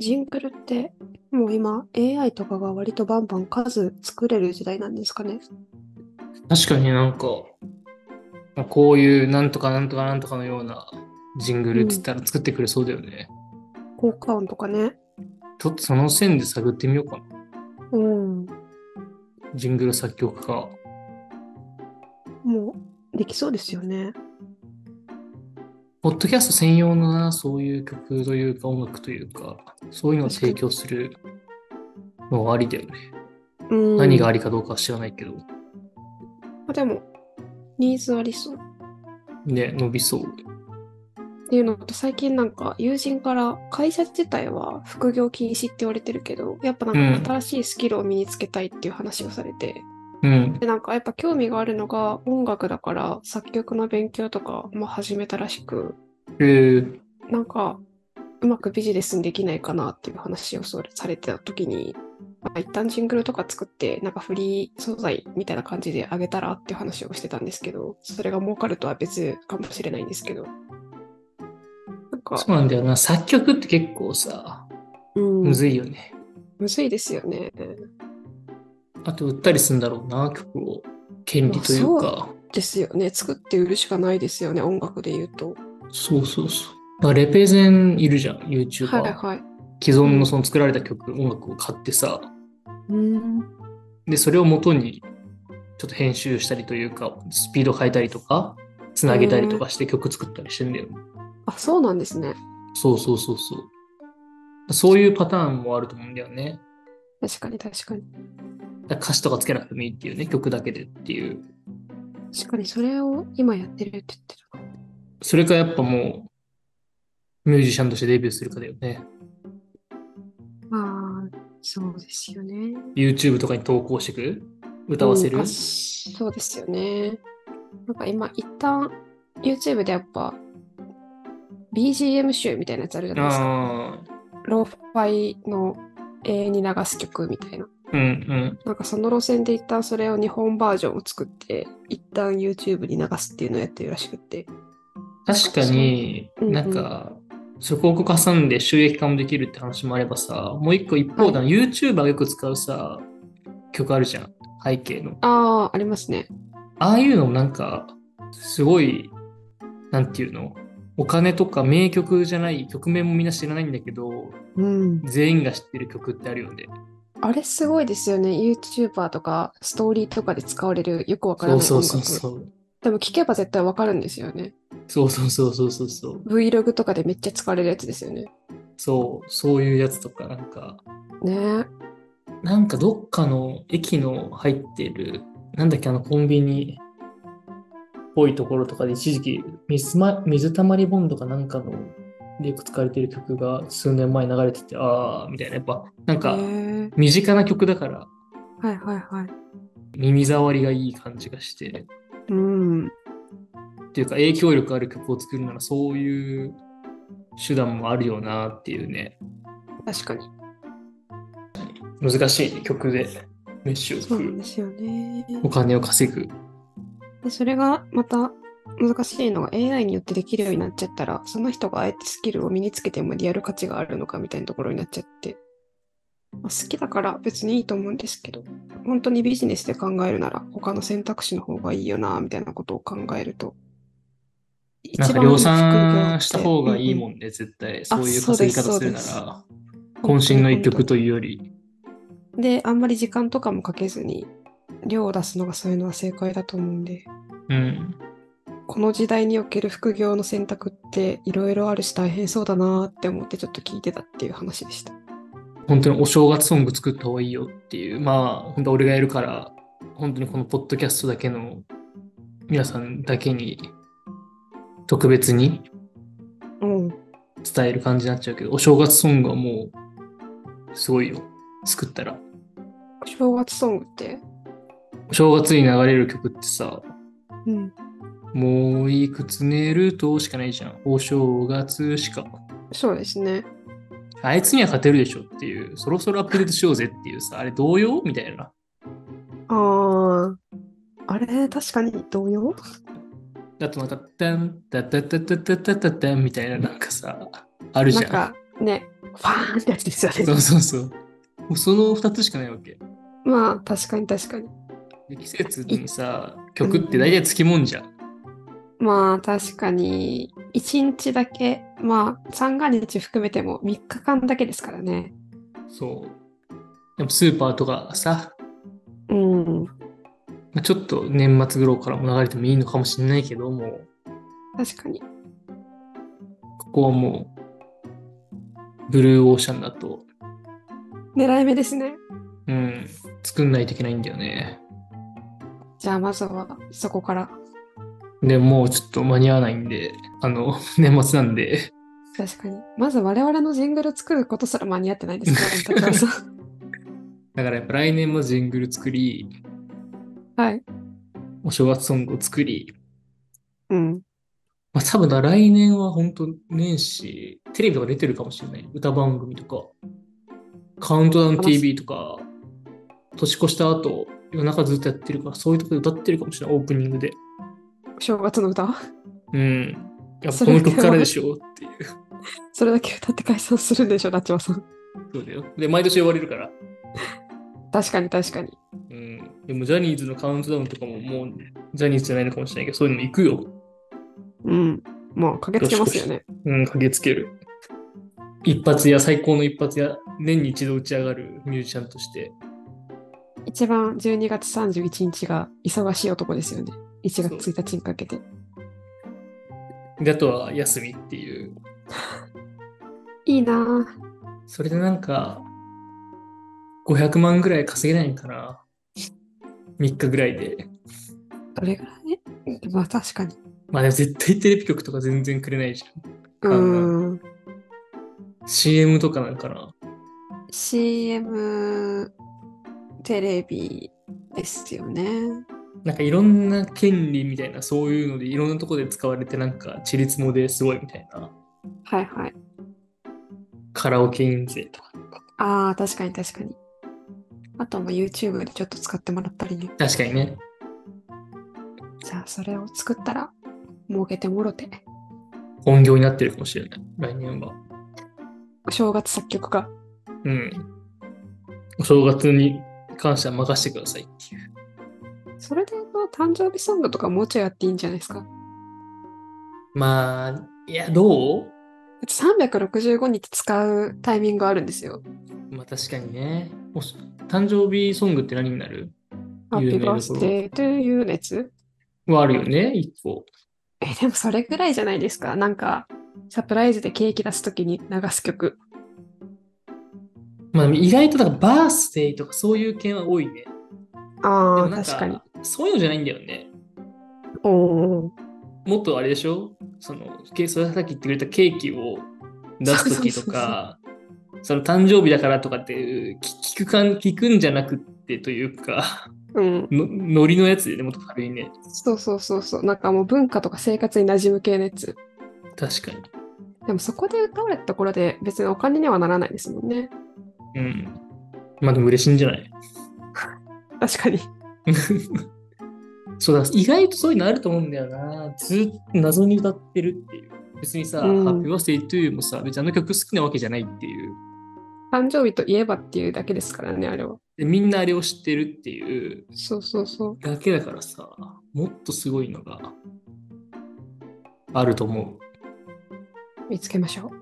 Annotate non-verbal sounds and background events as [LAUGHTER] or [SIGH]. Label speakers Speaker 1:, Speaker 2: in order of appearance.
Speaker 1: ジングルって、もう今 AI とかが割とバンバン数作れる時代なんですかね。
Speaker 2: 確かになんか、まあこういうなんとかなんとかなんとかのようなジングルっつったら作ってくれそうだよね。
Speaker 1: 効果音とかね。
Speaker 2: ちょっとその線で探ってみようかな。
Speaker 1: うん。
Speaker 2: ジングル作曲家。
Speaker 1: もうできそうですよね。
Speaker 2: ポッドキャスト専用のな、そういう曲というか音楽というか、そういうのを提供するのはありだよね。
Speaker 1: うん、
Speaker 2: 何がありかどうかは知らないけど。
Speaker 1: あでも、ニーズありそう。
Speaker 2: ね、伸びそう。
Speaker 1: っていうのと最近なんか友人から会社自体は副業禁止って言われてるけどやっぱなんか新しいスキルを身につけたいっていう話をされて、
Speaker 2: うん。
Speaker 1: でなんかやっぱ興味があるのが音楽だから作曲の勉強とかも始めたらしく
Speaker 2: えー、
Speaker 1: なんかうまくビジネスにできないかなっていう話をそれされてた時に、まあ、一旦ジングルとか作ってなんかフリー素材みたいな感じであげたらっていう話をしてたんですけどそれが儲かるとは別かもしれないんですけどなんか
Speaker 2: そうなんだよな。作曲って結構さ、
Speaker 1: うん
Speaker 2: むずいよね。
Speaker 1: むずいですよね。
Speaker 2: あと、売ったりするんだろうな、曲を。権利というか。
Speaker 1: ですよね。作って売るしかないですよね、音楽で言うと。
Speaker 2: そうそうそう。まあレペゼンいるじゃん、YouTuber。
Speaker 1: はいはい。
Speaker 2: 既存のその作られた曲、音楽を買ってさ、
Speaker 1: うん。
Speaker 2: で、それを元にちょっと編集したりというか、スピード変えたりとか、つなげたりとかして曲作ったりしてんだよ。
Speaker 1: あ、そうなんですね。
Speaker 2: そうそうそうそう。そういうパターンもあると思うんだよね。
Speaker 1: 確かに確かに。
Speaker 2: だから歌詞とかつけなくてもいいっていうね、曲だけでっていう。
Speaker 1: 確かにそれを今やってるって言ってる。
Speaker 2: それかやっぱもう、ミュージシャンとしてデビューするかだよね。
Speaker 1: ああ、そうですよね。
Speaker 2: YouTube とかに投稿してく歌わせる、
Speaker 1: うんあそうですよね。なんか今、一旦 YouTube でやっぱ BGM 集みたいなやつあるじゃないですか。
Speaker 2: ああ、
Speaker 1: ローファイの永遠に流す曲みたいな。
Speaker 2: うんうん。
Speaker 1: なんかその路線で一旦それを日本バージョンを作って、一旦 YouTube に流すっていうのをやってるらしくって。
Speaker 2: 確かに、
Speaker 1: そううんうん
Speaker 2: なんか、そこを挟んで収益化もできるって話もあればさ、もう一個一方だ、YouTuber がよく使うさ、曲あるじゃん、背景の。
Speaker 1: ああ、ありますね。
Speaker 2: ああいうのもなんか、すごい、なんていうの、お金とか名曲じゃない、曲名もみんな知らないんだけど、
Speaker 1: うん。
Speaker 2: 全員が知ってる曲ってあるよね。
Speaker 1: あれすごいですよね。YouTuber とかストーリーとかで使われるよくわから
Speaker 2: そ
Speaker 1: ないう音楽。
Speaker 2: そうそうそう。
Speaker 1: でも聞けば絶対わかるんですよね。
Speaker 2: そうそうそうそうそうそう。
Speaker 1: Vlog とかでめっちゃ使われるやつですよね。
Speaker 2: そう、そういうやつとか、なんか、
Speaker 1: ねえ。
Speaker 2: なんかどっかの駅の入ってる、なんだっけ、あのコンビニっぽいところとかで一時期水,、ま、水たまりボンドかなんかのでよく使われてる曲が数年前に流れてて、あーみたいな、やっぱなんか
Speaker 1: ね
Speaker 2: 身近な曲だから
Speaker 1: えはいはいはい。
Speaker 2: 耳障りがいい感じがして、
Speaker 1: うん。
Speaker 2: っていうか影響力ある曲を作るならそういう手段もあるよなっていうね、
Speaker 1: 確かに。
Speaker 2: 難しいね曲でメッシュを
Speaker 1: そう
Speaker 2: 作
Speaker 1: なん
Speaker 2: る
Speaker 1: で、すよね。
Speaker 2: お金を稼ぐ。
Speaker 1: でそれがまた難しいのが AI によってできるようになっちゃったらその人があえてスキルを身につけてもリアル価値があるのかみたいなところになっちゃって、まあ、好きだから別にいいと思うんですけど本当にビジネスで考えるなら他の選択肢の方がいいよなみたいなことを考えると一
Speaker 2: なんか
Speaker 1: いい
Speaker 2: 量産した方がいいも
Speaker 1: ん、
Speaker 2: んね、絶対。そういう稼ぎ方
Speaker 1: そう
Speaker 2: す
Speaker 1: で
Speaker 2: る
Speaker 1: す
Speaker 2: なら、
Speaker 1: うんうん
Speaker 2: 渾身の一曲というより。
Speaker 1: であんまり時間とかもかけずに量を出すのがそういうのは正解だと思うんで
Speaker 2: うん。
Speaker 1: この時代における副業の選択っていろいろあるし大変そうだなーって思ってちょっと聞いてたっていう話でした。
Speaker 2: 本当にお正月ソング作った方がいいよっていう。まあ、本当俺がやるから、本当にこのポッドキャストだけの、皆さんだけに、特別に
Speaker 1: うん。
Speaker 2: 伝える感じになっちゃうけど、お正月ソングはもう、すごいよ。作ったら。
Speaker 1: 正月ソングって。
Speaker 2: お正月に流れる曲ってさ、
Speaker 1: うん。
Speaker 2: もういくつ寝るとしかないじゃん。お正月しか。
Speaker 1: そうですね。
Speaker 2: あいつには勝てるでしょっていう、そろそろアップデートしようぜっていうさ、あれ同様みたいな。
Speaker 1: あー。あれ、確かに同様
Speaker 2: あとなんか、タン、タタタタタタタタンみたいななんかさ、ある
Speaker 1: な
Speaker 2: じ
Speaker 1: ん
Speaker 2: ゃん。
Speaker 1: かね、ファーンってやつですよ
Speaker 2: そ
Speaker 1: ね。
Speaker 2: うそうそう。もうその2つしかないわけ。
Speaker 1: まあ、確かに確かに。
Speaker 2: で季節にさ、曲って大体つきもんじゃん。
Speaker 1: まあ、確かに、1日だけ、まあ、三が日含めても3日間だけですからね。
Speaker 2: そう。でもスーパーとかさ、
Speaker 1: うん。
Speaker 2: まあ、ちょっと年末頃からも流れてもいいのかもしれないけど、もう、
Speaker 1: 確かに。
Speaker 2: ここはもう、ブルーオーシャンだと、
Speaker 1: 狙い目ですね。
Speaker 2: うん、作んないといけないんだよね。
Speaker 1: じゃあ、まずはそこから。
Speaker 2: でもうちょっと間に合わないんで、あの、 [LAUGHS] 年末なんで、
Speaker 1: 確かに。まず我々のジングル作ることすら間に合ってないです [LAUGHS] ね、私はさ
Speaker 2: だからやっぱ来年もジングル作り、
Speaker 1: はい。
Speaker 2: お正月ソングを作り、
Speaker 1: うん。
Speaker 2: まあ多分だから来年は本当年始、テレビとか出てるかもしれない。歌番組とか、カウントダウン TV とか、年越した後、夜中ずっとやってるから、そういうとこで歌ってるかもしれない、オープニングで。
Speaker 1: 正月の歌
Speaker 2: うん。やっぱ
Speaker 1: そ
Speaker 2: こ
Speaker 1: れ
Speaker 2: の
Speaker 1: だけは
Speaker 2: 曲からでしょっていう。
Speaker 1: それだけ歌って解散するんでしょ、ダチョウさん。
Speaker 2: そうだよ。で、毎年言われるから。
Speaker 1: 確かに確かに。
Speaker 2: うん。でもジャニーズのカウントダウンとかももう、ジャニーズじゃないのかもしれないけど、そういうのも行くよ。
Speaker 1: うん。もう駆けつけますよね。
Speaker 2: うん、駆けつける。一発や最高の一発や年に一度打ち上がるミュージシャンとして。
Speaker 1: 一番12月31日が忙しい男ですよね。1月1日にかけて。
Speaker 2: で、あとは休みっていう。
Speaker 1: いいなぁ。
Speaker 2: それでなんか、500万ぐらい稼げないんかな。3日ぐらいで。
Speaker 1: どれぐらいまあ確かに。
Speaker 2: まあでも絶対テレビ局とか全然くれないじゃ
Speaker 1: うーん。
Speaker 2: ん。CM とかなんかな。
Speaker 1: CM、テレビですよね。
Speaker 2: なんかいろんな権利みたいな、そういうのでいろんなとこで使われてなんか、チリツモですごいみたいな。
Speaker 1: はいはい。
Speaker 2: カラオケ印税とか。
Speaker 1: ああ、確かに確かに。あとはまあ YouTube でちょっと使ってもらったりね。
Speaker 2: 確かにね。
Speaker 1: じゃあそれを作ったら、儲けてもろて。
Speaker 2: 本業になってるかもしれない。来年は。
Speaker 1: 正月作曲家。
Speaker 2: うん。お正月に感謝任せてくださいっていう。
Speaker 1: それで言うと、誕生日ソングとかもうちょいやっていいんじゃないですか。
Speaker 2: まあ、いや、どう
Speaker 1: 365日使うタイミングあるんですよ。
Speaker 2: まあ確かにね。おし誕生日ソングって何になる
Speaker 1: ハッピ
Speaker 2: 有名
Speaker 1: ー
Speaker 2: どころ
Speaker 1: バースデーという熱
Speaker 2: はあるよね、一個。
Speaker 1: え、でもそれぐらいじゃないですか。なんか、サプライズでケーキ出すときに流す曲。
Speaker 2: まあ意外とだからバースデーとかそういう系は多いね。で
Speaker 1: あ
Speaker 2: も
Speaker 1: あ、
Speaker 2: なん
Speaker 1: 確かに。
Speaker 2: そういうのじゃないんだよね。
Speaker 1: おお
Speaker 2: もっとあれでしょその、ケースさっき言ってくれたケーキを出すときとか、その誕生日だからとかっていう聞聞くかん聞くんじゃなくってというか、
Speaker 1: ー。うん。
Speaker 2: のノリのやつでね、もっと軽いね。
Speaker 1: そうそうそうそう。なんかもう文化とか生活に馴染む系のやつ。
Speaker 2: 確かに。
Speaker 1: でもそこで歌われたところで別にお金にはならないですもんね。
Speaker 2: うん。まあでも嬉しいんじゃない [LAUGHS]
Speaker 1: 確かに。 [LAUGHS]
Speaker 2: そうだ、意外とそういうのあると思うんだよな。ずっと謎に歌ってるっていう。別にさ、
Speaker 1: うん
Speaker 2: ハッピーバースデートゥーもさ、別にあの曲好きなわけじゃないっていう。
Speaker 1: 誕生日といえばっていうだけですからね、あれは。
Speaker 2: で、みんなあれを知ってるっていう
Speaker 1: そうそうそう。
Speaker 2: だけだからさ、もっとすごいのがあると思う。
Speaker 1: 見つけましょう。